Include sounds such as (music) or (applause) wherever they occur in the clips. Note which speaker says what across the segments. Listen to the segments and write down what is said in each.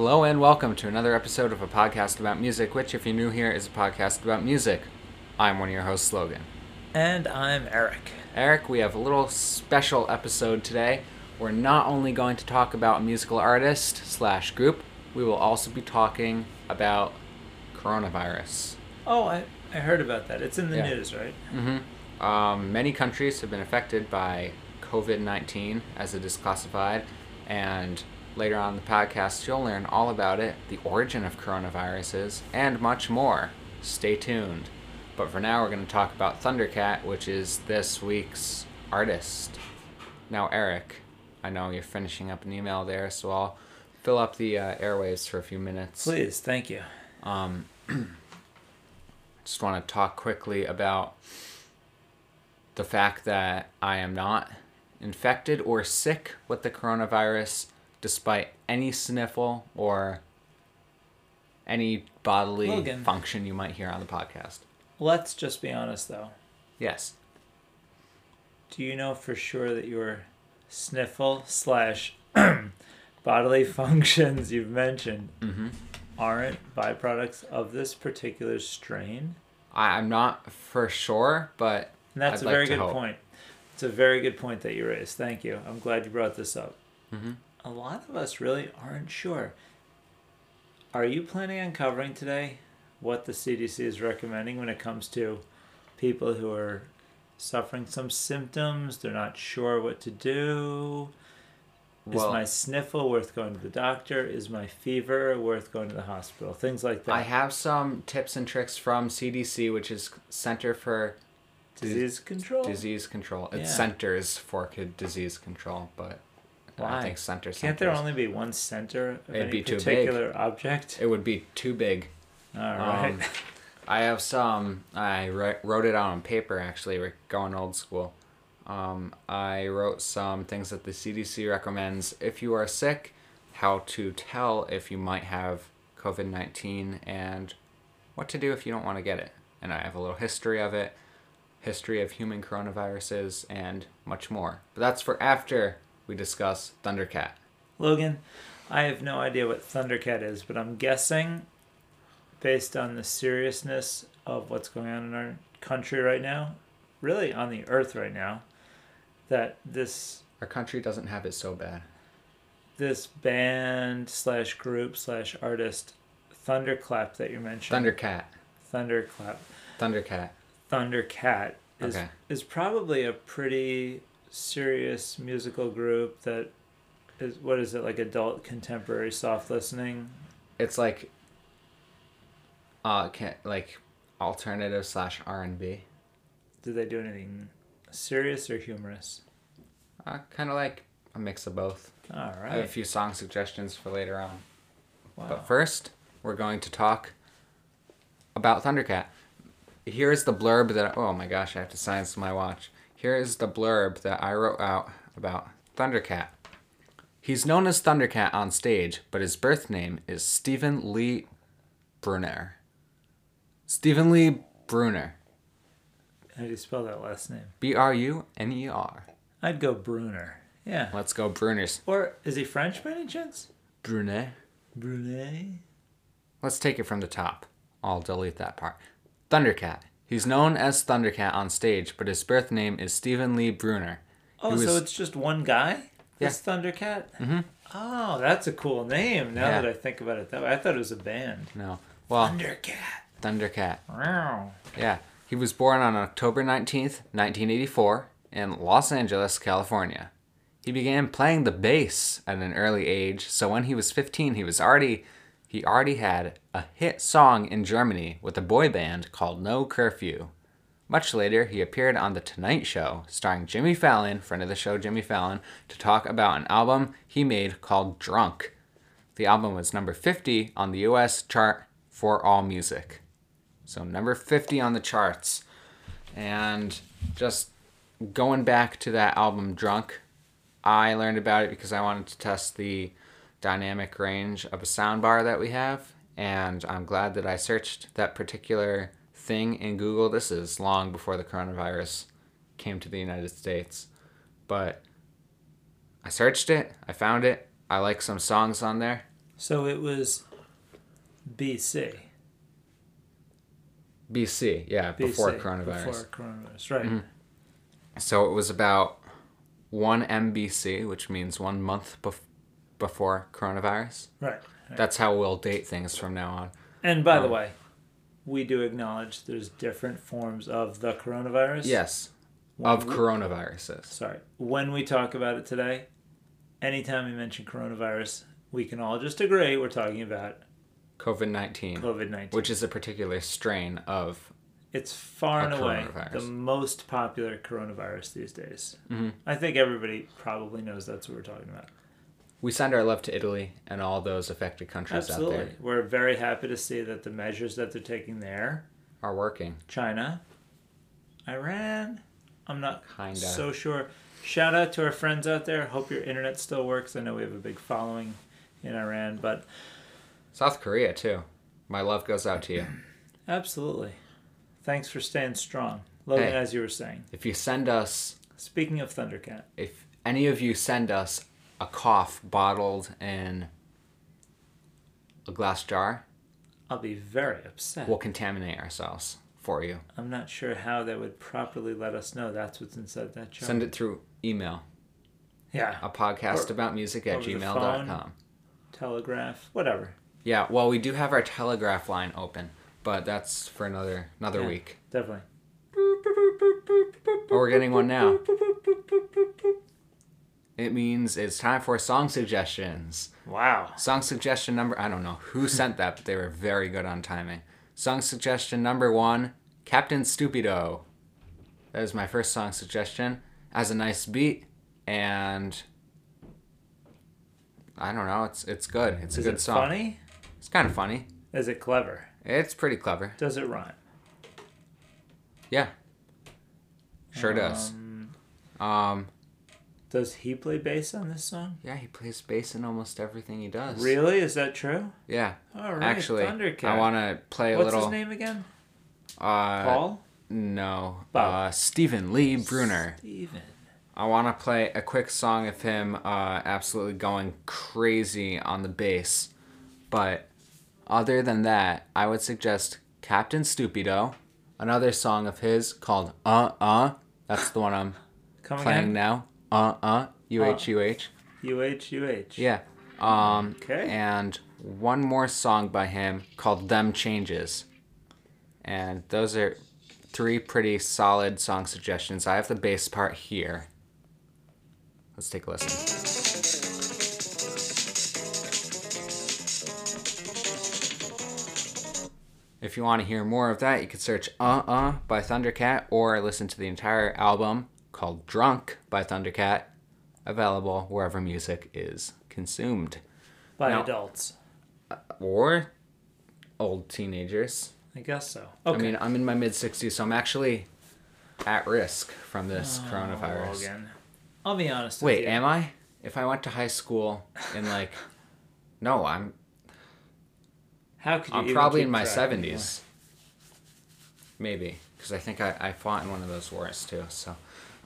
Speaker 1: welcome to another episode of a podcast about music, which, if you're new here, is a podcast about music. I'm one of your hosts, Logan.
Speaker 2: And I'm Eric.
Speaker 1: Eric, we have a little special episode today. We're not only going to talk about a musical artist slash group, we will also be talking about coronavirus.
Speaker 2: Oh, I, I heard about that. It's in the
Speaker 1: Yeah.
Speaker 2: news, right?
Speaker 1: Mm-hmm. Um, many countries have been affected by COVID 19 as it is classified, and later on in the podcast, you'll learn all about it, the origin of coronaviruses, and much more. Stay tuned. But for now, we're going to talk about Thundercat, which is this week's artist. Now, Eric, I know you're finishing up an email there, so I'll fill up the uh, airwaves for a few minutes.
Speaker 2: Please, thank you.
Speaker 1: Um, just want to talk quickly about the fact that I am not infected or sick with the coronavirus despite any sniffle or any bodily
Speaker 2: Logan.
Speaker 1: function you might hear on the podcast.
Speaker 2: Let's just be honest, though.
Speaker 1: Yes.
Speaker 2: Do you know for sure that your sniffle slash (clears throat) bodily functions you've mentioned aren't byproducts of this particular strain?
Speaker 1: I, I'm not for sure, but
Speaker 2: And that's
Speaker 1: I'd
Speaker 2: a
Speaker 1: like
Speaker 2: very
Speaker 1: to
Speaker 2: good
Speaker 1: hope.
Speaker 2: point. It's a very good point that you raised. Thank you. I'm glad you brought this up.
Speaker 1: Mm-hmm.
Speaker 2: A lot of us really aren't sure. Are you planning on covering today what the CDC is recommending when it comes to people who are suffering some symptoms? They're not sure what to do.
Speaker 1: Well-
Speaker 2: is my sniffle worth going to the doctor? Is my fever worth going to the hospital? Things like that.
Speaker 1: I have some tips and tricks from CDC, which is Center for
Speaker 2: Disease control.
Speaker 1: disease control. It's
Speaker 2: Yeah.
Speaker 1: centers for kid disease control, but I
Speaker 2: Why?
Speaker 1: don't think center.
Speaker 2: Can't there
Speaker 1: centers.
Speaker 2: only be one center of
Speaker 1: It'd
Speaker 2: any
Speaker 1: be too big.
Speaker 2: particular object?
Speaker 1: It would be too big.
Speaker 2: All right.
Speaker 1: Um, I have some. I wri- wrote it out on paper. Actually, we're going old school. Um, I wrote some things that the CDC recommends if you are sick, how to tell if you might have COVID nineteen, and what to do if you don't want to get it. And I have a little history of it, history of human coronaviruses, and much more. But that's for after we discuss Thundercat.
Speaker 2: (laughs) Logan, I have no idea what Thundercat is, but I'm guessing, based on the seriousness of what's going on in our country right now, really on the earth right now, that this
Speaker 1: Our country doesn't have it so bad.
Speaker 2: this band slash group slash artist Thunderclap that you mentioned,
Speaker 1: Thundercat.
Speaker 2: Thunderclap,
Speaker 1: Thundercat.
Speaker 2: Thundercat is
Speaker 1: Okay.
Speaker 2: is probably a pretty serious musical group that is what is it like adult contemporary soft listening
Speaker 1: it's like uh can like alternative slash R and B.
Speaker 2: Did they do anything serious or humorous?
Speaker 1: Uh, kind of like a mix of both.
Speaker 2: All
Speaker 1: I have a
Speaker 2: right. Oh.
Speaker 1: few song suggestions for later on,
Speaker 2: Wow.
Speaker 1: but first we're going to talk about Thundercat. Here is the blurb that oh my gosh I have to silence my watch. Here is the blurb that I wrote out about Thundercat. He's known as Thundercat on stage, but his birth name is Stephen Lee Brunner. Stephen Lee Brunner.
Speaker 2: How do you spell that last name?
Speaker 1: B R U N E R.
Speaker 2: I'd go Bruner. Yeah.
Speaker 1: Let's go, Bruners.
Speaker 2: Or is he French by any chance?
Speaker 1: Brunet.
Speaker 2: Brunet?
Speaker 1: Let's take it from the top. I'll delete that part. Thundercat. He's known as Thundercat on stage, but his birth name is Stephen Lee Bruner.
Speaker 2: Oh,
Speaker 1: He
Speaker 2: so
Speaker 1: was-
Speaker 2: it's just one guy?
Speaker 1: Yeah.
Speaker 2: This Thundercat? Mm-hmm. Oh, that's a cool name now
Speaker 1: Yeah.
Speaker 2: that I think about it that way. I thought it was a band.
Speaker 1: No. Well,
Speaker 2: Thundercat.
Speaker 1: Thundercat.
Speaker 2: Wow.
Speaker 1: Yeah. He was born on October 19th, 1984, in Los Angeles, California. He began playing the bass at an early age, so when he was 15, he was already he already had a hit song in Germany with a boy band called No Curfew. Much later, he appeared on The Tonight Show, starring Jimmy Fallon, friend of the show Jimmy Fallon, to talk about an album he made called Drunk. The album was number 50 on the US chart for all music. So number 50 on the charts. And just going back to that album Drunk, I learned about it because I wanted to test the dynamic range of a soundbar that we have. And I'm glad that I searched that particular thing in Google. This is long before the coronavirus came to the United States. But I searched it, I found it, I like some songs on there.
Speaker 2: So it was BC.
Speaker 1: BC, yeah, before
Speaker 2: BC,
Speaker 1: coronavirus. Mm-hmm.
Speaker 2: Before coronavirus, right.
Speaker 1: So it was about 1 MBC, which means one month bef- before coronavirus.
Speaker 2: right. right.
Speaker 1: That's how we'll date things from now on.
Speaker 2: And
Speaker 1: um,
Speaker 2: by the way, we do acknowledge there's different forms of the coronavirus.
Speaker 1: Yes, of
Speaker 2: When we-
Speaker 1: coronaviruses.
Speaker 2: Sorry. When we talk about it today, anytime we mention coronavirus, we can all just agree we're talking about
Speaker 1: COVID 19,
Speaker 2: COVID 19.
Speaker 1: which is a particular strain of.
Speaker 2: It's far
Speaker 1: A
Speaker 2: and away the
Speaker 1: coronavirus.
Speaker 2: most popular coronavirus these days. I think everybody probably knows that's what we're talking about.
Speaker 1: We send our love to Italy and all those affected countries out
Speaker 2: Absolutely.
Speaker 1: there
Speaker 2: We're very happy to see that the measures that they're taking there,
Speaker 1: are working.
Speaker 2: China, Iran, I'm not
Speaker 1: Kinda.
Speaker 2: so sure. Shout out to our friends out there. Hope your internet still works. I know we have a big following in Iran, but
Speaker 1: South Korea, too. My love goes out to
Speaker 2: (clears throat)
Speaker 1: you.
Speaker 2: absolutely. Thanks for staying strong. Logan,
Speaker 1: Hey.
Speaker 2: as you were saying,
Speaker 1: If you send us,
Speaker 2: speaking of Thundercat,
Speaker 1: if any of you send us a cough bottled in a glass jar,
Speaker 2: I'll be very upset.
Speaker 1: we'll contaminate ourselves for you.
Speaker 2: I'm not sure how they would properly let us know that's what's inside that jar.
Speaker 1: Send it through email,
Speaker 2: yeah,
Speaker 1: a podcast
Speaker 2: Or-
Speaker 1: about music at
Speaker 2: over the
Speaker 1: gmail.com.
Speaker 2: telegraph, whatever.
Speaker 1: Yeah, well, we do have our telegraph line open, but that's for another another
Speaker 2: Yeah.
Speaker 1: week.
Speaker 2: Definitely.
Speaker 1: Oh, we're getting one now. It means it's time for song suggestions.
Speaker 2: Wow.
Speaker 1: Song suggestion number I don't know who sent that, but they were very good on timing. Song suggestion number one, Captain Stupido. That is my first song suggestion. Has a nice beat and I don't know, it's it's good. It's a
Speaker 2: Is
Speaker 1: good
Speaker 2: it
Speaker 1: song.
Speaker 2: funny?
Speaker 1: It's kind of funny.
Speaker 2: Is it clever?
Speaker 1: It's pretty clever.
Speaker 2: Does it rhyme?
Speaker 1: Yeah. Sure
Speaker 2: Um,
Speaker 1: does. Um
Speaker 2: Does he play bass on this song?
Speaker 1: yeah, he plays bass in almost everything he does.
Speaker 2: Really? Is that true?
Speaker 1: Yeah.
Speaker 2: All right.
Speaker 1: Actually,
Speaker 2: Thundercat.
Speaker 1: I want to play a
Speaker 2: What's
Speaker 1: little
Speaker 2: his name again?
Speaker 1: uh
Speaker 2: Paul.
Speaker 1: No.
Speaker 2: Bob.
Speaker 1: Uh, Stephen Lee Bruner.
Speaker 2: Steven.
Speaker 1: I want to play a quick song of him uh, absolutely going crazy on the bass. But other than that, I would suggest Captain Stupido, another song of his called Uh Uh. That's the one I'm
Speaker 2: Come
Speaker 1: playing
Speaker 2: again.
Speaker 1: now. Uh Uh. UHUH.
Speaker 2: U H U H.
Speaker 1: Yeah. Um,
Speaker 2: Okay.
Speaker 1: And one more song by him called Them Changes. And those are three pretty solid song suggestions. I have the bass part here. Let's take a listen. If you want to hear more of that, you can search Uh Uh by Thundercat or listen to the entire album called Drunk by Thundercat, available wherever music is consumed.
Speaker 2: By
Speaker 1: No.
Speaker 2: adults.
Speaker 1: Or old teenagers.
Speaker 2: I guess so. Okay.
Speaker 1: I mean, I'm in my mid 60s, so I'm actually at risk from this
Speaker 2: Oh,
Speaker 1: coronavirus.
Speaker 2: Logan. I'll be honest. with
Speaker 1: Wait,
Speaker 2: you.
Speaker 1: am I? If I went to high school in
Speaker 2: (laughs)
Speaker 1: like, no, I'm
Speaker 2: How could you?
Speaker 1: I'm
Speaker 2: even
Speaker 1: probably
Speaker 2: keep
Speaker 1: in my
Speaker 2: track anymore?
Speaker 1: seventies. Maybe because I think I, I fought in one of those wars too. So,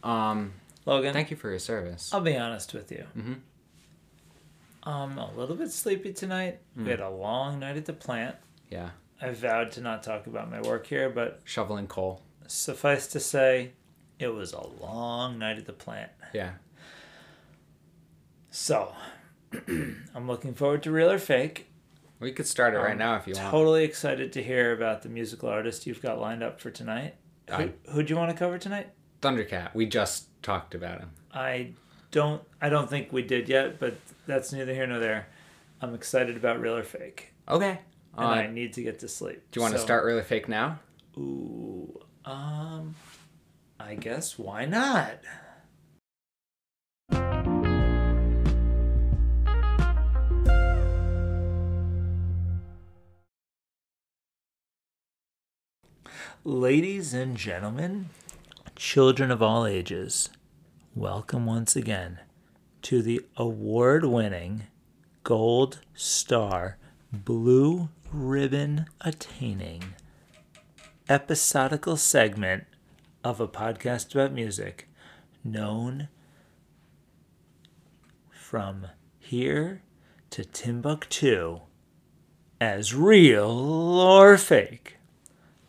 Speaker 1: um,
Speaker 2: Logan.
Speaker 1: thank you for your service.
Speaker 2: I'll be honest with you.
Speaker 1: Mm-hmm.
Speaker 2: I'm a little bit sleepy tonight.
Speaker 1: Mm.
Speaker 2: We had a long night at the plant.
Speaker 1: Yeah,
Speaker 2: I vowed to not talk about my work here, but
Speaker 1: shoveling coal.
Speaker 2: suffice to say, it was a long night at the plant.
Speaker 1: Yeah,
Speaker 2: So, (clears throat) I'm looking forward to Real or Fake.
Speaker 1: we could start it right
Speaker 2: Oh,
Speaker 1: now if you want.
Speaker 2: Totally excited to hear about the musical artist you've got lined up for tonight. Who,
Speaker 1: I-
Speaker 2: who'd you want to cover tonight?
Speaker 1: Thundercat. We just talked about him.
Speaker 2: I don't. I don't think we did yet, but that's neither here nor there. I'm excited about Real or Fake,
Speaker 1: Okay.
Speaker 2: and
Speaker 1: Uh,
Speaker 2: I need to get to sleep.
Speaker 1: do you want to
Speaker 2: So-
Speaker 1: start really fake now?
Speaker 2: Ooh, um, I guess why not? Ladies and gentlemen, children of all ages, welcome once again to the award winning Gold Star Blue Ribbon Attaining episodical segment of a podcast about music known from here to Timbuktu as real or fake.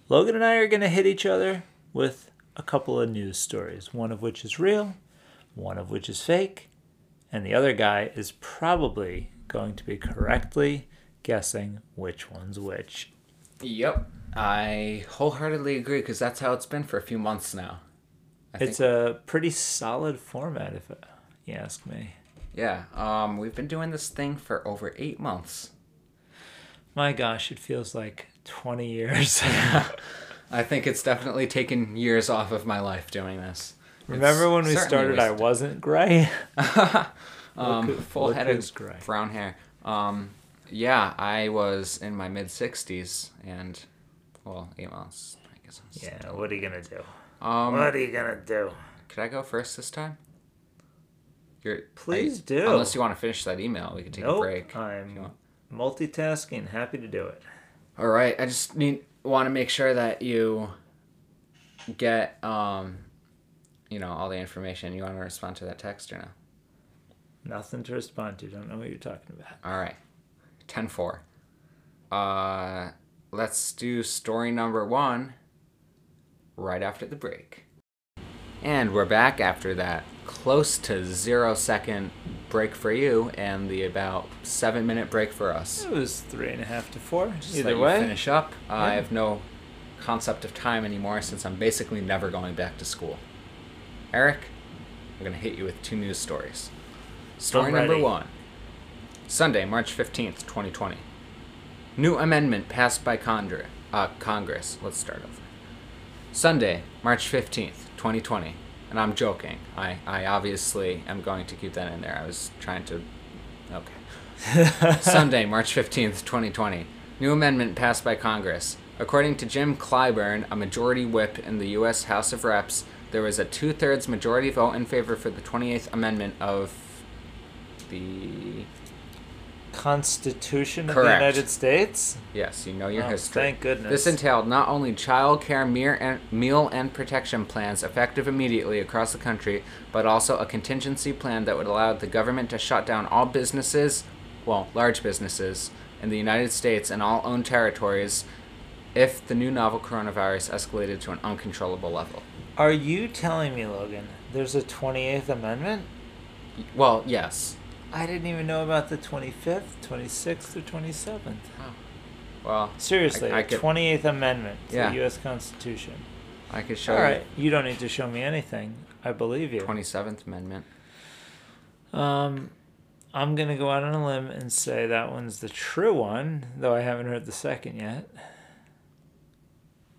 Speaker 2: Logan and I are going to hit each other with a couple of news stories, one of which is real, one of which is fake, and the other guy is probably going to be correctly guessing which one's which.
Speaker 1: Yep. I wholeheartedly agree because that's how it's been for a few months now. I
Speaker 2: It's a pretty solid format, if uh, you ask me.
Speaker 1: Yeah. Um, we've been doing this thing for over eight months.
Speaker 2: My gosh, it feels like
Speaker 1: (laughs)
Speaker 2: 20 years. (laughs)
Speaker 1: I think it's definitely taken years off of my life doing this. It's
Speaker 2: Remember when we
Speaker 1: certainly
Speaker 2: started, I
Speaker 1: wasted. (laughs)
Speaker 2: wasn't gray?
Speaker 1: um,
Speaker 2: who-
Speaker 1: full
Speaker 2: look
Speaker 1: head of
Speaker 2: who's gray.
Speaker 1: brown hair. Um, yeah, I was in my mid 60s and, well, eight months, I guess.
Speaker 2: Yeah, what are you going to do?
Speaker 1: Um,
Speaker 2: What are you going to do?
Speaker 1: Could I go first this time? You're,
Speaker 2: Please
Speaker 1: I-
Speaker 2: do.
Speaker 1: Unless you want to finish that email, we can take a
Speaker 2: Nope,
Speaker 1: break. if you
Speaker 2: I'm
Speaker 1: want.
Speaker 2: multitasking, happy to do it.
Speaker 1: All right, I just need want to make sure that you get um, you know, all the information. You want to respond to that text or no?
Speaker 2: Nothing to respond to. Don't know what you're talking about.
Speaker 1: All right, ten four. Uh, let's do story number one. Right after the break, and we're back after that close to zero second break for you, and the about seven minute break for us.
Speaker 2: It was three and a half to four.
Speaker 1: Just let
Speaker 2: Either
Speaker 1: you
Speaker 2: (laughs) way,
Speaker 1: finish up. I have no concept of time anymore since I'm basically never going back to school. Eric, I'm gonna hit you with two news stories. Story
Speaker 2: I'm
Speaker 1: number
Speaker 2: ready.
Speaker 1: one. Sunday, March 15th, 2020. New amendment passed by Condra, uh, Congress. Let's start over. Sunday, March 15th, 2020. And I'm joking. I, I obviously am going to keep that in there. I was trying to. Okay. Sunday, March 15th, 2020. New amendment passed by Congress. According to Jim Clyburn, a majority whip in the U.S. House of Reps, there was a two thirds majority vote in favor for the 28th Amendment of the.
Speaker 2: Constitution of the
Speaker 1: Correct.
Speaker 2: United States.
Speaker 1: Yes, you know your
Speaker 2: Oh,
Speaker 1: history.
Speaker 2: thank goodness.
Speaker 1: This entailed not only child care, mere and, meal, and protection plans effective immediately across the country, but also a contingency plan that would allow the government to shut down all businesses, well, large businesses, in the United States and all owned territories if the new novel coronavirus escalated to an uncontrollable level.
Speaker 2: Are you telling me, Logan, there's a 28th Amendment?
Speaker 1: Well, yes.
Speaker 2: I didn't even know about the 25th, 26th, or 27th.
Speaker 1: Well,
Speaker 2: Seriously,
Speaker 1: I
Speaker 2: the
Speaker 1: could-
Speaker 2: 28th Amendment to
Speaker 1: Yeah.
Speaker 2: the U.S. Constitution.
Speaker 1: I could show
Speaker 2: All right, you don't need to show me anything. I believe you.
Speaker 1: you 27th Amendment.
Speaker 2: Um, I'm gonna go out on a limb and say that one's the true one, though I haven't heard the second yet.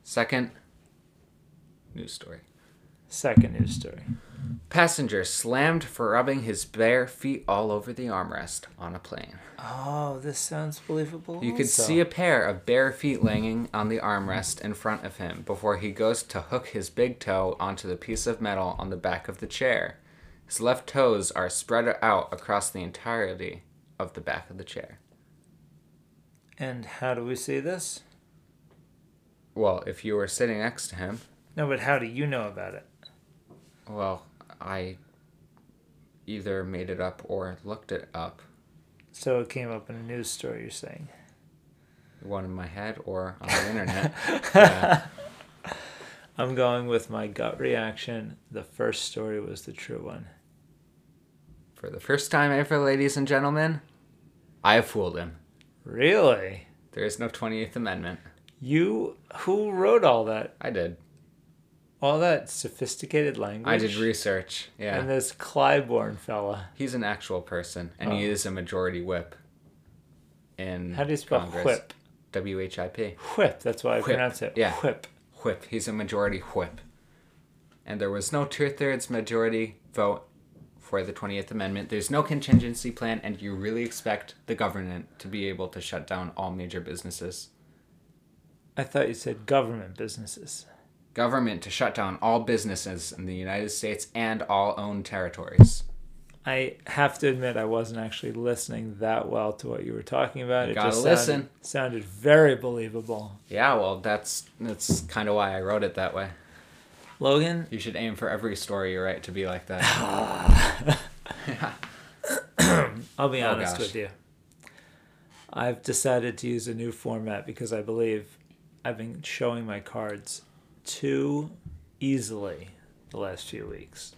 Speaker 1: Second news story.
Speaker 2: Second news story.
Speaker 1: Passenger slammed for rubbing his bare feet all over the armrest on a plane.
Speaker 2: Oh, this sounds believable.
Speaker 1: You could
Speaker 2: also.
Speaker 1: see a pair of bare feet laying on the armrest in front of him before he goes to hook his big toe onto the piece of metal on the back of the chair. His left toes are spread out across the entirety of the back of the chair.
Speaker 2: And how do we see this?
Speaker 1: Well, if you were sitting next to him,
Speaker 2: No, but how do you know about it?
Speaker 1: well, I either made it up or looked it up.
Speaker 2: So it came up in a news story. You're saying.
Speaker 1: One in my head or on the internet. Yeah.
Speaker 2: I'm going with my gut reaction. The first story was the true one.
Speaker 1: For the first time ever, ladies and gentlemen, I have fooled him.
Speaker 2: Really?
Speaker 1: There is no 28th Amendment.
Speaker 2: You who wrote all that?
Speaker 1: I did.
Speaker 2: All that sophisticated language.
Speaker 1: I did research.
Speaker 2: And
Speaker 1: Yeah.
Speaker 2: this Clybourne fella.
Speaker 1: He's an actual person, and he
Speaker 2: Oh.
Speaker 1: is a majority whip in
Speaker 2: How do you spell
Speaker 1: Mm, Congress.
Speaker 2: whip?
Speaker 1: W H I P.
Speaker 2: Whip. That's why I
Speaker 1: Whip,
Speaker 2: pronounce it.
Speaker 1: yeah.
Speaker 2: Whip.
Speaker 1: Whip. He's a majority whip. And there was no two thirds majority vote for the 28th Amendment. There's no contingency plan, and you really expect the government to be able to shut down all major businesses.
Speaker 2: I thought you said government businesses.
Speaker 1: government to shut down all businesses in the United States and all owned territories.
Speaker 2: I have to admit, I wasn't actually listening that well to what you were talking about.
Speaker 1: You
Speaker 2: it
Speaker 1: gotta
Speaker 2: just
Speaker 1: listen.
Speaker 2: Sounded, sounded very believable.
Speaker 1: Yeah, well, that's that's kind of why I wrote it that way.
Speaker 2: Logan,
Speaker 1: You should aim for every story you write to be like that.
Speaker 2: I'll be
Speaker 1: Oh,
Speaker 2: honest
Speaker 1: gosh.
Speaker 2: with you. I've decided to use a new format because I believe I've been showing my cards too easily the last few weeks.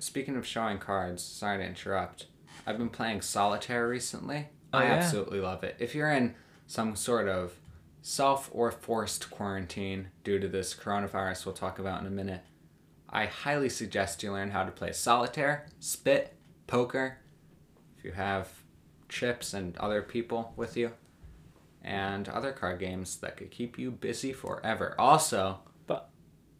Speaker 1: Speaking of showing cards, sorry to interrupt. I've been playing solitaire recently.
Speaker 2: Oh,
Speaker 1: I
Speaker 2: yeah?
Speaker 1: absolutely love it. If you're in some sort of self or forced quarantine due to this coronavirus we'll talk about in a minute, I highly suggest you learn how to play solitaire, spit, poker, if you have chips and other people with you, and other card games that could keep you busy forever. Also,
Speaker 2: But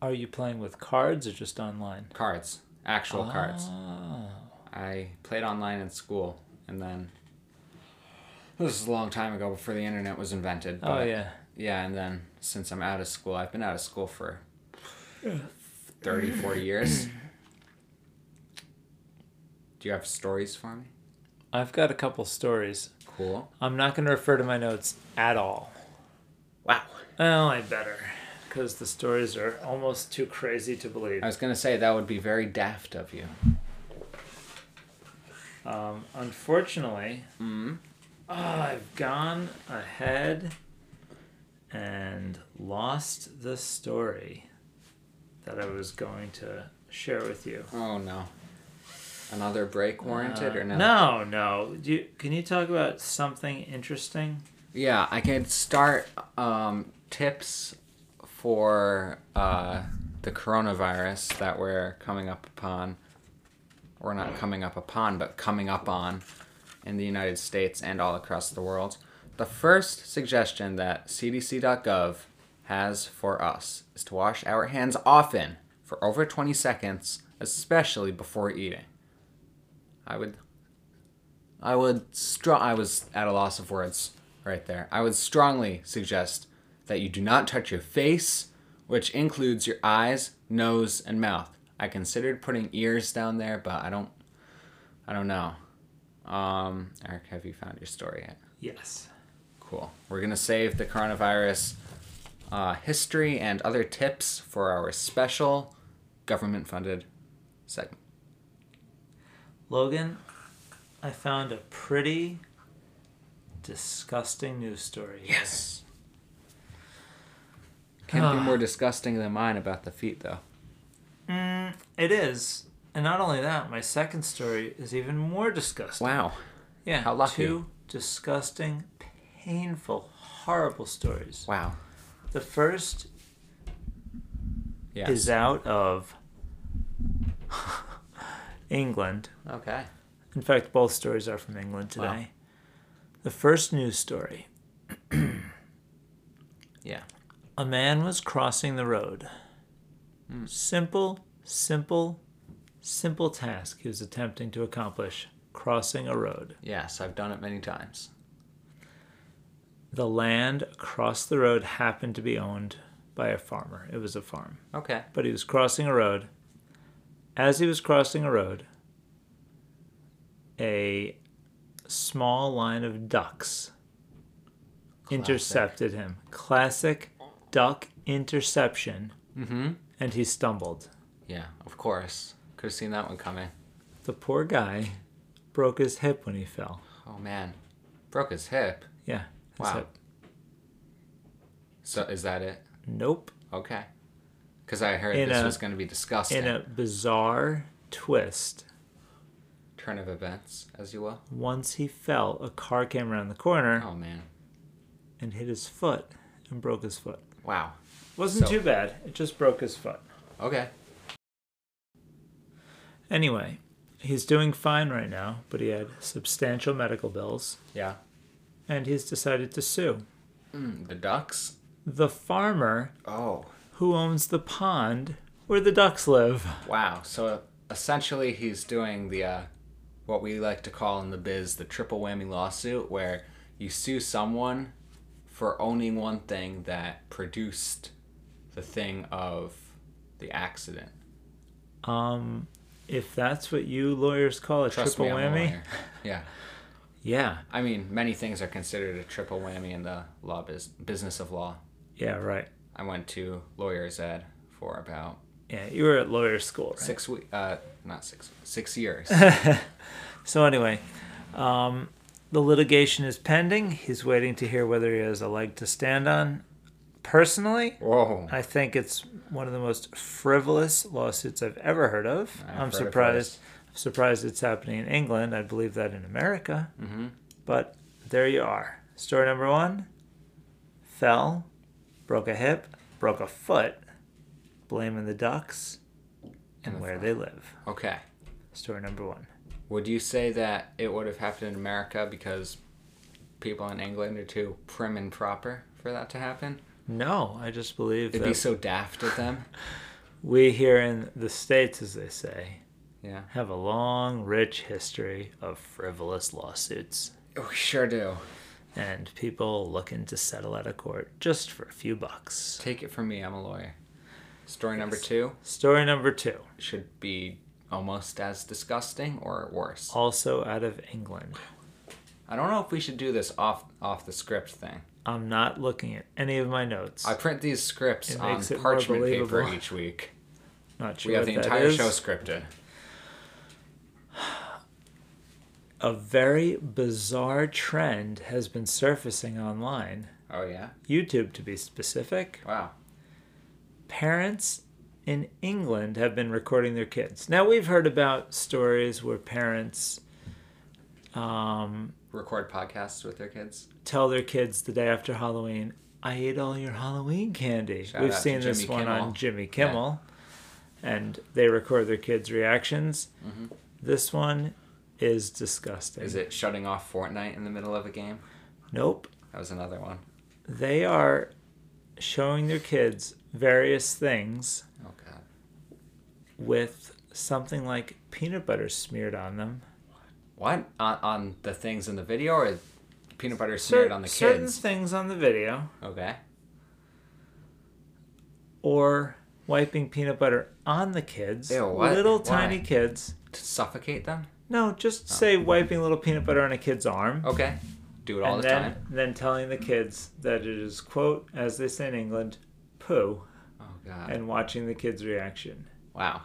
Speaker 2: are you playing with cards or just online?
Speaker 1: cards, actual cards.
Speaker 2: Oh.
Speaker 1: I played online in school, and then this is a long time ago before the internet was invented.
Speaker 2: Oh
Speaker 1: but-
Speaker 2: yeah.
Speaker 1: Yeah, and then since I'm out of school, I've been out of school for 30, 40 years. Do you have stories for me?
Speaker 2: I've got a couple stories.
Speaker 1: Cool.
Speaker 2: I'm not going to refer to my notes at all.
Speaker 1: Wow.
Speaker 2: Oh, I better. Because the stories are almost too crazy to believe.
Speaker 1: I was gonna say that would be very daft of you.
Speaker 2: Um, unfortunately,
Speaker 1: Mm.
Speaker 2: I've gone ahead and lost the story that I was going to share with you. Uh,
Speaker 1: Oh no. Another break warranted or no?
Speaker 2: No, no. Do you, can you talk about something interesting?
Speaker 1: Yeah, I could start um, tips for uh, the coronavirus that we're coming up upon, or not coming up upon, but coming up on in the United States and all across the world. The first suggestion that CDC.gov has for us is to wash our hands often for over 20 seconds, especially before eating. I would I would str- I was at a loss of words right there. I would strongly suggest that you do not touch your face, which includes your eyes, nose, and mouth. I considered putting ears down there, but I don't I don't know. Um, Eric, have you found your story yet?
Speaker 2: Yes.
Speaker 1: Cool. We're gonna save the coronavirus uh, history and other tips for our special government-funded segment.
Speaker 2: Logan, I found a pretty disgusting news story. here.
Speaker 1: Yes. Can't be
Speaker 2: Ah.
Speaker 1: more disgusting than mine about the feet, though.
Speaker 2: Mm, it is. And not only that, my second story is even more disgusting.
Speaker 1: Wow.
Speaker 2: Yeah.
Speaker 1: How lucky.
Speaker 2: Two disgusting, painful, horrible stories.
Speaker 1: Wow.
Speaker 2: The first
Speaker 1: Yeah.
Speaker 2: is out of (laughs) England.
Speaker 1: okay.
Speaker 2: In fact, both stories are from England today.
Speaker 1: Wow.
Speaker 2: The first news story
Speaker 1: Yeah.
Speaker 2: a man was crossing the road.
Speaker 1: Hmm.
Speaker 2: Simple, simple, simple task he was attempting to accomplish crossing a road.
Speaker 1: Yes, I've done it many times.
Speaker 2: The land across the road happened to be owned by a farmer. It was a farm.
Speaker 1: Okay.
Speaker 2: But he was crossing a road. As he was crossing a road, a small line of ducks intercepted him. Classic duck interception.
Speaker 1: Mm-hmm.
Speaker 2: And he stumbled.
Speaker 1: Yeah, of course. Could have seen that one coming.
Speaker 2: The poor guy broke his hip when he fell.
Speaker 1: Oh man, broke his hip.
Speaker 2: Yeah. his
Speaker 1: Wow.
Speaker 2: hip.
Speaker 1: So is that it?
Speaker 2: Nope.
Speaker 1: Okay. Because I heard
Speaker 2: In
Speaker 1: this
Speaker 2: a-
Speaker 1: was going to be disgusting.
Speaker 2: In a bizarre twist,
Speaker 1: Turn of events, as you will.
Speaker 2: Once he fell, a car came around the corner
Speaker 1: Oh man.
Speaker 2: and hit his foot and broke his foot.
Speaker 1: Wow.
Speaker 2: Wasn't
Speaker 1: So-
Speaker 2: too bad. It just broke his foot.
Speaker 1: Okay.
Speaker 2: Anyway, he's doing fine right now, but he had substantial medical bills
Speaker 1: Yeah.
Speaker 2: and he's decided to sue.
Speaker 1: Mm, the ducks.
Speaker 2: The farmer
Speaker 1: Oh.
Speaker 2: who owns the pond where the ducks live.
Speaker 1: Wow. So essentially, he's doing the uh, what we like to call in the biz the triple whammy lawsuit, where you sue someone for owning one thing that produced the thing of the accident.
Speaker 2: Um if that's what you lawyers call a
Speaker 1: Trust
Speaker 2: triple
Speaker 1: me, I'm a
Speaker 2: whammy.
Speaker 1: lawyer. (laughs) Yeah.
Speaker 2: Yeah.
Speaker 1: I mean, many things are considered a triple whammy in the law biz- business of law.
Speaker 2: Yeah, right.
Speaker 1: I went to lawyer's ed for about
Speaker 2: Yeah, you were at lawyer school, right?
Speaker 1: six
Speaker 2: (laughs)
Speaker 1: weeks, uh, not six, six years.
Speaker 2: So anyway, um, The litigation is pending. He's waiting to hear whether he has a leg to stand on. Personally,
Speaker 1: Whoa.
Speaker 2: I think it's one of the most frivolous lawsuits I've ever heard of.
Speaker 1: I've
Speaker 2: i
Speaker 1: heard
Speaker 2: am
Speaker 1: of
Speaker 2: surprised. Surprised it's happening in England. I believe that in America. Mm-hmm. But there you are. Story number one: fell, broke a hip, broke a foot, blaming the ducks, and where they live.
Speaker 1: Okay.
Speaker 2: Story number one.
Speaker 1: Would you say that it would have happened in America because people in England are too prim and proper for that to happen?
Speaker 2: No, I just believe
Speaker 1: It'd
Speaker 2: that
Speaker 1: be so daft of
Speaker 2: (laughs)
Speaker 1: them.
Speaker 2: we here in the states, as they say,
Speaker 1: Yeah.
Speaker 2: have a long, rich history of frivolous lawsuits.
Speaker 1: Oh, We sure do.
Speaker 2: and people looking to settle out of court just for a few bucks.
Speaker 1: Take it from me, I'm a lawyer. Story number two
Speaker 2: Story number two,
Speaker 1: should be almost as disgusting or worse.
Speaker 2: also out of England.
Speaker 1: I don't know if we should do this off off the script thing.
Speaker 2: I'm not looking at any of my notes.
Speaker 1: I print these scripts
Speaker 2: It
Speaker 1: on
Speaker 2: makes it more
Speaker 1: parchment paper
Speaker 2: believable.
Speaker 1: each week.
Speaker 2: not sure
Speaker 1: We have
Speaker 2: what
Speaker 1: the
Speaker 2: that
Speaker 1: entire
Speaker 2: is.
Speaker 1: show scripted.
Speaker 2: A very bizarre trend has been surfacing online,
Speaker 1: Oh yeah.
Speaker 2: YouTube to be specific.
Speaker 1: Wow.
Speaker 2: Parents in England have been recording their kids. Now we've heard about stories where parents um,
Speaker 1: Record podcasts with their kids.
Speaker 2: tell their kids the day after Halloween, I ate all your Halloween candy.
Speaker 1: Shout
Speaker 2: We've
Speaker 1: out to
Speaker 2: seen this
Speaker 1: Jimmy
Speaker 2: one
Speaker 1: Kimmel.
Speaker 2: on Jimmy Kimmel, and they record their kids' reactions. This one is disgusting.
Speaker 1: Mm-hmm. Is it shutting off Fortnite in the middle of a game?
Speaker 2: Nope.
Speaker 1: That was another one.
Speaker 2: They are showing their kids various things
Speaker 1: Oh god.
Speaker 2: with something like peanut butter smeared on them.
Speaker 1: What on, on the things in the video or peanut butter smeared
Speaker 2: Cer-
Speaker 1: on the
Speaker 2: certain
Speaker 1: kids?
Speaker 2: things on the video,
Speaker 1: Okay.
Speaker 2: or wiping peanut butter on the kids.
Speaker 1: Ew, what?
Speaker 2: Little
Speaker 1: Why?
Speaker 2: tiny kids.
Speaker 1: To suffocate them.
Speaker 2: No, just
Speaker 1: Oh,
Speaker 2: say wiping a little peanut butter on a kid's arm.
Speaker 1: Okay. Oh, Do it all
Speaker 2: and
Speaker 1: the
Speaker 2: then,
Speaker 1: time.
Speaker 2: then telling the kids that it is, quote, as they say in England, poo,
Speaker 1: Oh god.
Speaker 2: and watching the kids' reaction.
Speaker 1: Wow.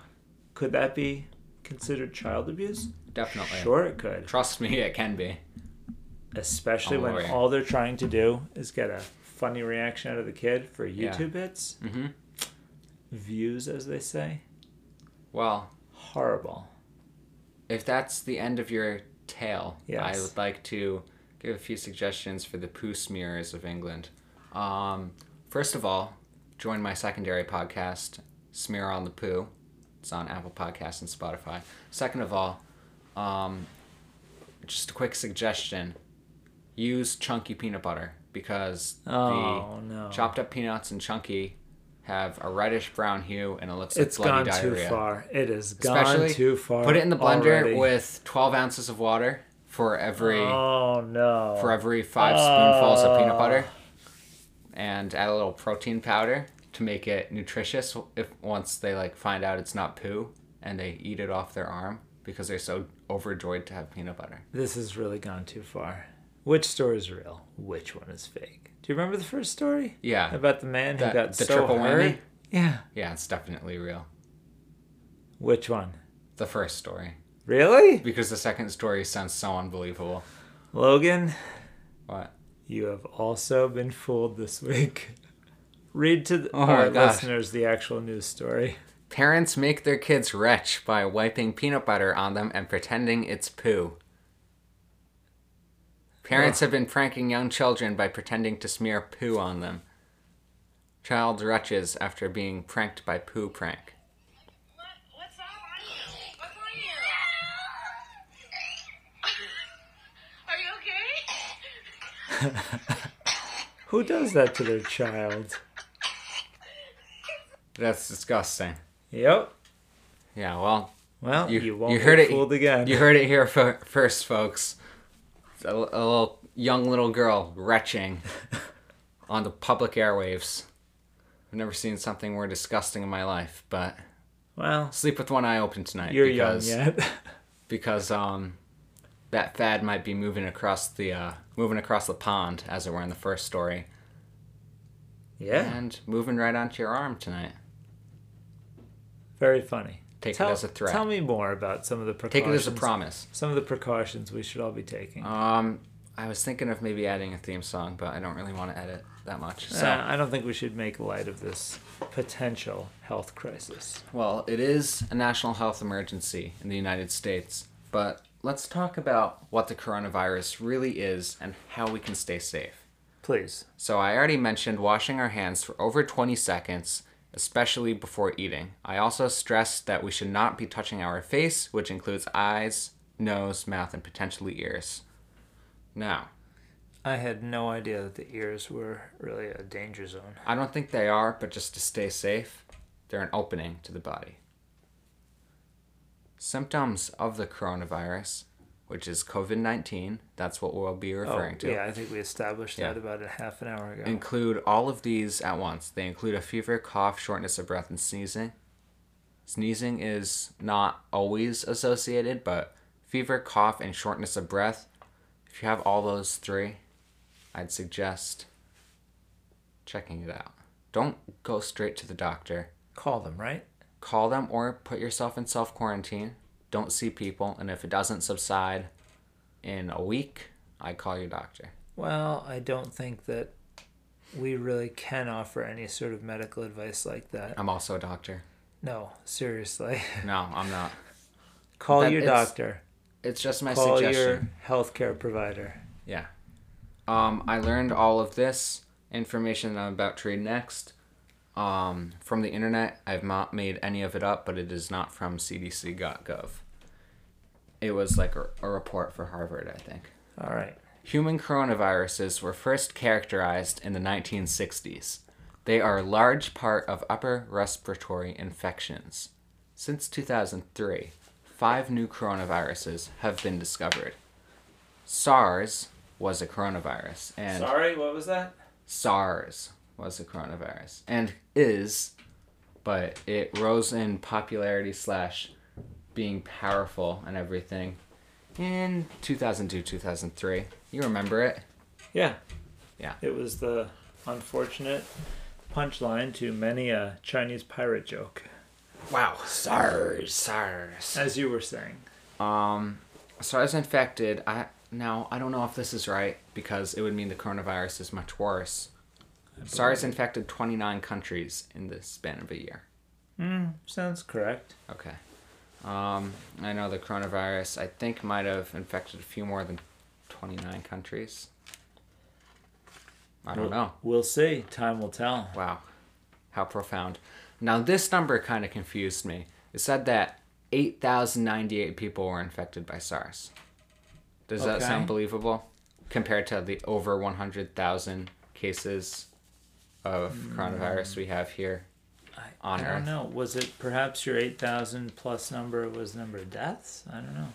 Speaker 2: Could that be considered child abuse?
Speaker 1: Definitely.
Speaker 2: Sure, it could.
Speaker 1: Trust me, it can be.
Speaker 2: Especially
Speaker 1: I'm a
Speaker 2: when
Speaker 1: lawyer.
Speaker 2: all they're trying to do is get a funny reaction out of the kid for
Speaker 1: Yeah.
Speaker 2: YouTube hits,
Speaker 1: Mm-hmm.
Speaker 2: views, as they say.
Speaker 1: Well,
Speaker 2: Horrible.
Speaker 1: if that's the end of your tale, I
Speaker 2: Yes.
Speaker 1: would like to give a few suggestions for the poo smearers of England. Um, first of all, join my secondary podcast, Smear on the Poo. It's on Apple Podcasts and Spotify. Second of all, um, just a quick suggestion use chunky peanut butter because
Speaker 2: Oh,
Speaker 1: the
Speaker 2: no.
Speaker 1: chopped up peanuts and chunky have a reddish brown hue and it looks like
Speaker 2: it's
Speaker 1: bloody
Speaker 2: gone
Speaker 1: diarrhea
Speaker 2: too far. It has gone
Speaker 1: especially
Speaker 2: too far.
Speaker 1: put it in the blender
Speaker 2: already.
Speaker 1: with 12 ounces of water for every
Speaker 2: Oh, no.
Speaker 1: for every five spoonfuls of peanut butter and add a little protein powder to make it nutritious if once they like find out it's not poo and they eat it off their arm because they're so overjoyed to have peanut butter
Speaker 2: This has really gone too far. Which story is real? Which one is fake? Do you remember the first story
Speaker 1: yeah
Speaker 2: about the man who
Speaker 1: That-
Speaker 2: got
Speaker 1: the
Speaker 2: so
Speaker 1: triple
Speaker 2: hard?
Speaker 1: whammy?
Speaker 2: Yeah.
Speaker 1: yeah it's definitely real
Speaker 2: Which one?
Speaker 1: the first story
Speaker 2: Really?
Speaker 1: because the second story sounds so unbelievable
Speaker 2: Logan,
Speaker 1: what
Speaker 2: you have also been fooled this week. (laughs) Read to the,
Speaker 1: Oh my
Speaker 2: our
Speaker 1: gosh.
Speaker 2: listeners the actual news story.
Speaker 1: Parents make their kids retch by wiping peanut butter on them and pretending it's poo. Parents have been pranking young children by pretending to smear poo on them. Child retches after being pranked by poo prank.
Speaker 3: What? What's wrong?
Speaker 4: (laughs)
Speaker 3: What's wrong here? Are you okay?
Speaker 2: Who does that to their child?
Speaker 1: That's disgusting.
Speaker 2: Yep.
Speaker 1: Yeah, well,
Speaker 2: Well,
Speaker 1: you,
Speaker 2: you,
Speaker 1: you,
Speaker 2: won't
Speaker 1: heard it
Speaker 2: get fooled again.
Speaker 1: You heard it here fir- first, folks. A, l- a little young little girl (laughs) retching on the public airwaves. I've never seen something more disgusting in my life, but
Speaker 2: well,
Speaker 1: sleep with one eye open tonight.
Speaker 2: you're
Speaker 1: because,
Speaker 2: young yet. (laughs)
Speaker 1: Because um, that fad might be moving across the uh, moving across the pond, as it were, in the first story,
Speaker 2: yeah.
Speaker 1: and moving right onto your arm tonight.
Speaker 2: Very funny.
Speaker 1: Take it as a threat.
Speaker 2: Tell me more about some of the precautions.
Speaker 1: Take it as a promise.
Speaker 2: some of the precautions we should all be taking.
Speaker 1: Um, I was thinking of maybe adding a theme song, but I don't really want to edit that much. So,
Speaker 2: Uh, I don't think we should make light of this potential health crisis.
Speaker 1: well, it is a national health emergency in the United States, but let's talk about what the coronavirus really is and how we can stay safe.
Speaker 2: Please.
Speaker 1: So I already mentioned washing our hands for over 20 seconds, especially before eating. I also stressed that we should not be touching our face, which includes eyes, nose, mouth, and potentially ears. Now,
Speaker 2: I had no idea that the ears were really a danger zone.
Speaker 1: I don't think they are, but just to stay safe, they're an opening to the body. Symptoms of the coronavirus, which is COVID 19, that's what we'll be referring to.
Speaker 2: Oh, yeah, I think we established that
Speaker 1: Yeah.
Speaker 2: about a half an hour ago.
Speaker 1: include all of these at once. They include a fever, cough, shortness of breath, and sneezing. Sneezing is not always associated, but fever, cough, and shortness of breath. If you have all those three, I'd suggest checking it out. Don't go straight to the doctor.
Speaker 2: Call them, right?
Speaker 1: Call them or put yourself in self quarantine. Don't see people, and if it doesn't subside in a week, I call your doctor.
Speaker 2: Well, I don't think that we really can offer any sort of medical advice like that.
Speaker 1: I'm also a doctor.
Speaker 2: No, seriously. (laughs)
Speaker 1: No, I'm not.
Speaker 2: Call
Speaker 1: That
Speaker 2: your
Speaker 1: it's-
Speaker 2: doctor.
Speaker 1: It's just my
Speaker 2: Call
Speaker 1: suggestion.
Speaker 2: your healthcare provider.
Speaker 1: Yeah. Um, I learned all of this information that I'm about to read next um, from the internet. I've not made any of it up, but it is not from cdc.gov. It was like a, a report for Harvard, I think.
Speaker 2: All right.
Speaker 1: Human coronaviruses were first characterized in the 1960s. They are a large part of upper respiratory infections. Since 2003, five new coronaviruses have been discovered. SARS was a coronavirus, and
Speaker 2: Sorry, what was that?
Speaker 1: SARS was a coronavirus, and is, but it rose in popularity slash being powerful and everything in 2002, 2003. You remember it?
Speaker 2: Yeah.
Speaker 1: Yeah.
Speaker 2: It was the unfortunate punchline to many a Chinese pirate joke,
Speaker 1: Wow. SARS. SARS.
Speaker 2: as you were saying.
Speaker 1: Um, so I was infected. I now I don't know if this is right because it would mean the coronavirus is much worse. SARS infected 29 countries in the span of a year.
Speaker 2: Sounds correct.
Speaker 1: Okay. Um, I know the coronavirus I think might have infected a few more than 29 countries. I don't know.
Speaker 2: We'll see. Time will tell.
Speaker 1: Wow. How profound. Now, this number kind of confused me. It said that 8,098 people were infected by SARS. Does that
Speaker 2: Okay.
Speaker 1: sound believable compared to the over 100,000 cases of coronavirus we have here?
Speaker 2: I,
Speaker 1: On
Speaker 2: I
Speaker 1: Earth.
Speaker 2: don't know. Was it perhaps your 8,000 plus number was number of deaths? I don't know.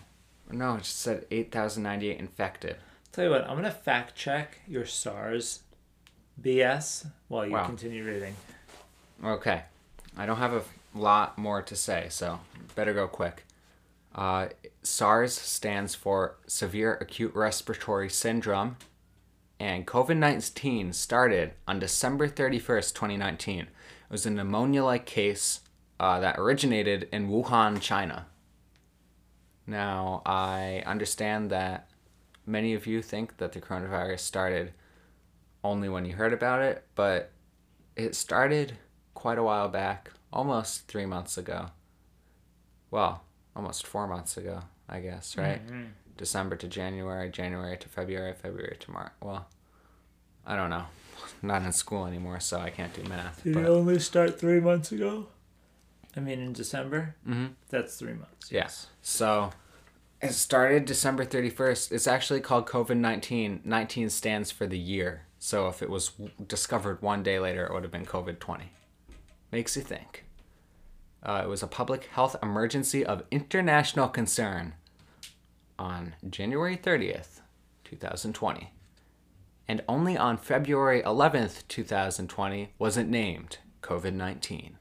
Speaker 1: No, it just said 8,098 infected.
Speaker 2: Tell you what, I'm going to fact check your SARS BS while you
Speaker 1: Wow.
Speaker 2: continue reading.
Speaker 1: Okay. I don't have a lot more to say, so better go quick. Uh, SARS stands for Severe Acute Respiratory Syndrome, and COVID 19 started on December 31st, 2019. It was a pneumonia like case uh, that originated in Wuhan, China. Now, I understand that many of you think that the coronavirus started only when you heard about it, but it started quite a while back, almost three months ago. Well, almost four months ago, I guess, right? December to January, January to February, February to March. Well, I don't know. (laughs) Not in school anymore, so I can't do math.
Speaker 2: Did it
Speaker 1: But
Speaker 2: only start three months ago? I mean, in December? Mm-hmm. That's three months.
Speaker 1: yes. So it started December 31st. It's actually called COVID 19. 19 stands for the year. So if it was w- discovered one day later, it would have been COVID 20. Makes you think. Uh, it was a public health emergency of international concern on January 30th, 2020. And only on February 11th, 2020, was it named COVID 19.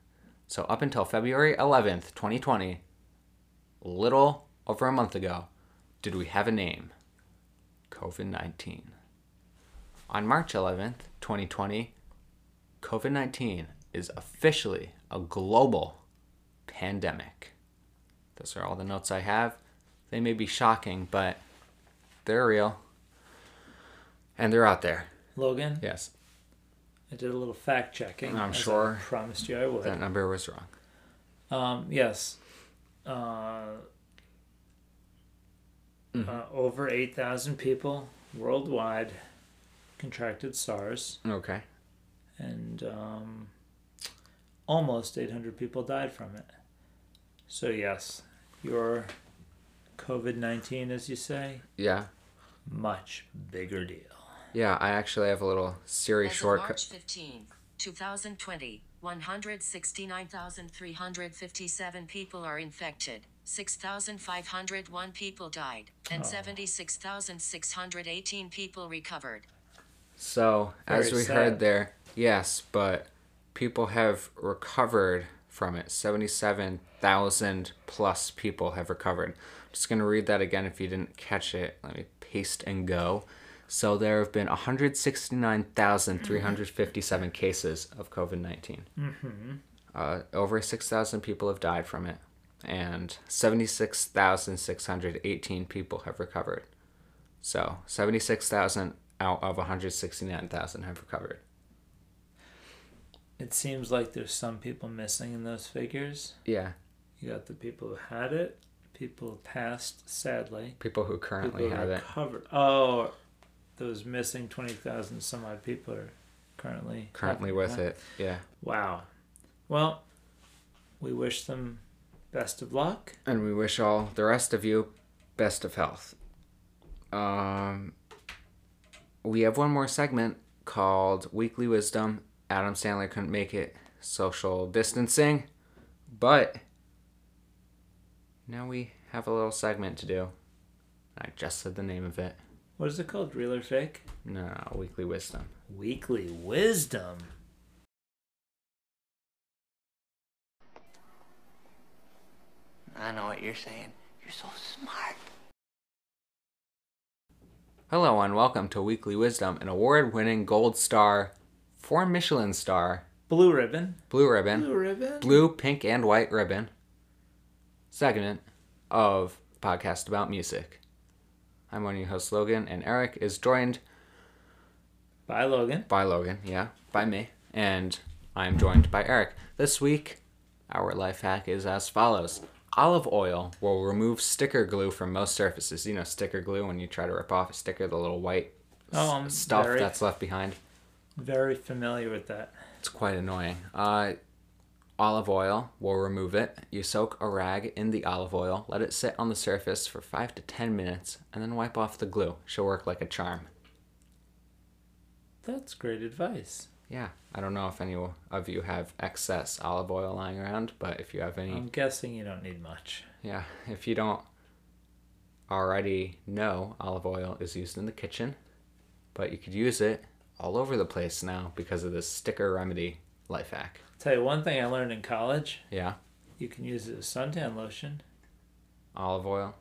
Speaker 1: So up until February 11th, 2020, little over a month ago, did we have a name? COVID 19. On March 11th, 2020, COVID 19 is officially a global pandemic. Those are all the notes I have. They may be shocking, but they're real. and they're out there.
Speaker 2: Logan,
Speaker 1: Yes,
Speaker 2: I did a little fact checking.
Speaker 1: I'm
Speaker 2: as
Speaker 1: sure.
Speaker 2: I promised you I would.
Speaker 1: that number was wrong.
Speaker 2: Um, yes. Uh,
Speaker 1: Mm-hmm.
Speaker 2: uh, over 8,000 people worldwide contracted SARS,
Speaker 1: Okay.
Speaker 2: and um, almost 800 people died from it. So, yes, your COVID 19, as you say,
Speaker 1: Yeah.
Speaker 2: much bigger deal.
Speaker 1: Yeah, I actually have a little Siri
Speaker 5: As of
Speaker 1: shortcut.
Speaker 5: March 15, 2020, 169,357 people are infected, 6,501 people died, and 76,618 people recovered.
Speaker 1: So, as
Speaker 2: Very
Speaker 1: we
Speaker 2: sad.
Speaker 1: heard there, yes, but people have recovered from it. 77,000 plus people have recovered. I'm just going to read that again if you didn't catch it. Let me paste and go. So, there have been 169,357 cases of COVID 19. Mm-hmm. Uh, over 6,000 people have died from it, and 76,618 people have recovered. So 76,000 out of 169,000 have recovered.
Speaker 2: It seems like there's some people missing in those figures.
Speaker 1: Yeah,
Speaker 2: You got the people who had it, people who passed, sadly.
Speaker 1: people who currently
Speaker 2: who
Speaker 1: have it.
Speaker 2: recovered. Oh, those missing twenty thousand some odd people are currently
Speaker 1: Currently with it. Yeah.
Speaker 2: Wow. Well, we wish them best of luck.
Speaker 1: And we wish all the rest of you best of health. Um we have one more segment called Weekly Wisdom. Adam Sandler couldn't make it social distancing, but now we have a little segment to do. I just said the name of it.
Speaker 2: What is it called? Real or fake?
Speaker 1: No, Weekly Wisdom.
Speaker 2: Weekly wisdom.
Speaker 4: I know what you're saying. You're so smart.
Speaker 1: Hello and welcome to Weekly Wisdom, an award winning gold star, four Michelin star,
Speaker 2: Blue ribbon.
Speaker 1: blue ribbon,
Speaker 2: Blue ribbon.
Speaker 1: blue, pink, and white ribbon segment of Podcast About Music. I'm one of your hosts, Logan, and Eric is joined
Speaker 2: Bye, Logan.
Speaker 1: by Logan, yeah, by me, and I'm joined by Eric. This week, our life hack is as follows Olive oil will remove sticker glue from most surfaces. You know, sticker glue, when you try to rip off a sticker, the little white
Speaker 2: Oh, I'm
Speaker 1: stuff
Speaker 2: very,
Speaker 1: that's left behind.
Speaker 2: very familiar with that.
Speaker 1: It's quite annoying. Uh, olive oil, we'll remove it. You soak a rag in the olive oil, let it sit on the surface for 5 to 10 minutes, and then wipe off the glue. She'll work like a charm.
Speaker 2: That's great advice.
Speaker 1: Yeah, I don't know if any of you have excess olive oil lying around, but if you have any,
Speaker 2: I'm guessing you don't need much.
Speaker 1: yeah, if you don't already know, olive oil is used in the kitchen, but you could use it all over the place now because of this sticker remedy life hack.
Speaker 2: Tell you one thing I learned in college:
Speaker 1: Yeah,
Speaker 2: you can use it as suntan lotion.
Speaker 1: olive oil.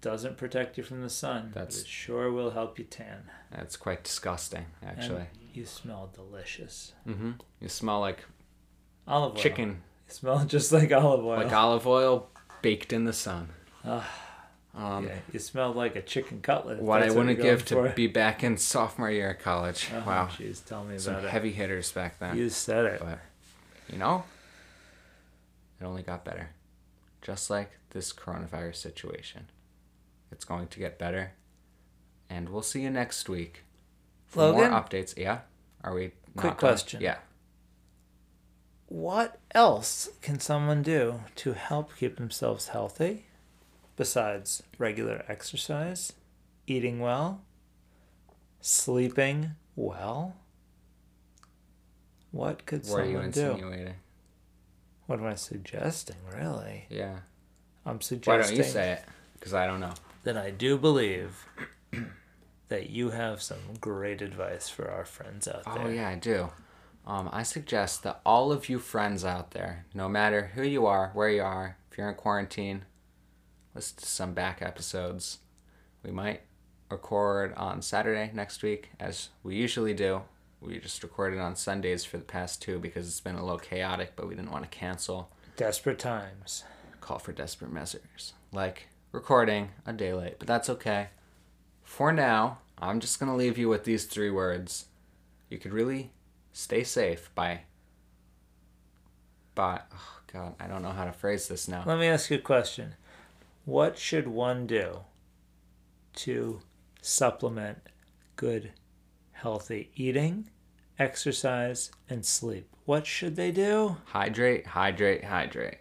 Speaker 2: doesn't protect you from the sun,
Speaker 1: That's-
Speaker 2: but it sure will help you tan.
Speaker 1: That's quite disgusting,
Speaker 2: And
Speaker 1: actually.
Speaker 2: you smell delicious.
Speaker 1: hmm You smell like
Speaker 2: Olive oil.
Speaker 1: chicken,
Speaker 2: You smell (laughs) just like olive oil.
Speaker 1: like olive oil baked in the sun. um,
Speaker 2: Ah, Yeah, you smell like a chicken cutlet. if
Speaker 1: What I
Speaker 2: that's
Speaker 1: wouldn't
Speaker 2: you're
Speaker 1: give
Speaker 2: going
Speaker 1: to
Speaker 2: for.
Speaker 1: be back in sophomore year of college.
Speaker 2: Oh,
Speaker 1: wow,
Speaker 2: Jeez, tell me
Speaker 1: some
Speaker 2: about it.
Speaker 1: heavy hitters back then.
Speaker 2: You said it.
Speaker 1: But you know, it only got better. Just like this coronavirus situation, it's going to get better. And we'll see you next week. For
Speaker 2: Logan?
Speaker 1: more updates. Yeah, are we? not done?
Speaker 2: question.
Speaker 1: Yeah.
Speaker 2: What else can someone do to help keep themselves healthy besides regular exercise, eating well, sleeping well? What could
Speaker 1: What are you
Speaker 2: someone do?
Speaker 1: insinuating?
Speaker 2: What am I suggesting, really?
Speaker 1: Yeah.
Speaker 2: I'm
Speaker 1: Why
Speaker 2: suggesting
Speaker 1: don't you say it? Because I don't know.
Speaker 2: that I do believe (clears throat) that you have some great advice for our friends out there.
Speaker 1: Oh yeah, I do. Um, I suggest that all of you friends out there, no matter who you are, where you are, if you're in quarantine, listen to some back episodes. We might record on Saturday next week, as we usually do. We just recorded on Sundays for the past two because it's been a little chaotic, but we didn't want to cancel.
Speaker 2: Desperate times.
Speaker 1: Call for desperate measures, like recording a day late, but that's okay. For now, I'm just going to leave you with these three words. You could really stay safe by. By. Oh, God, I don't know how to phrase this now.
Speaker 2: Let me ask you a question. What should one do to supplement good, healthy eating, exercise, and sleep? What should they do?
Speaker 1: Hydrate, hydrate, hydrate.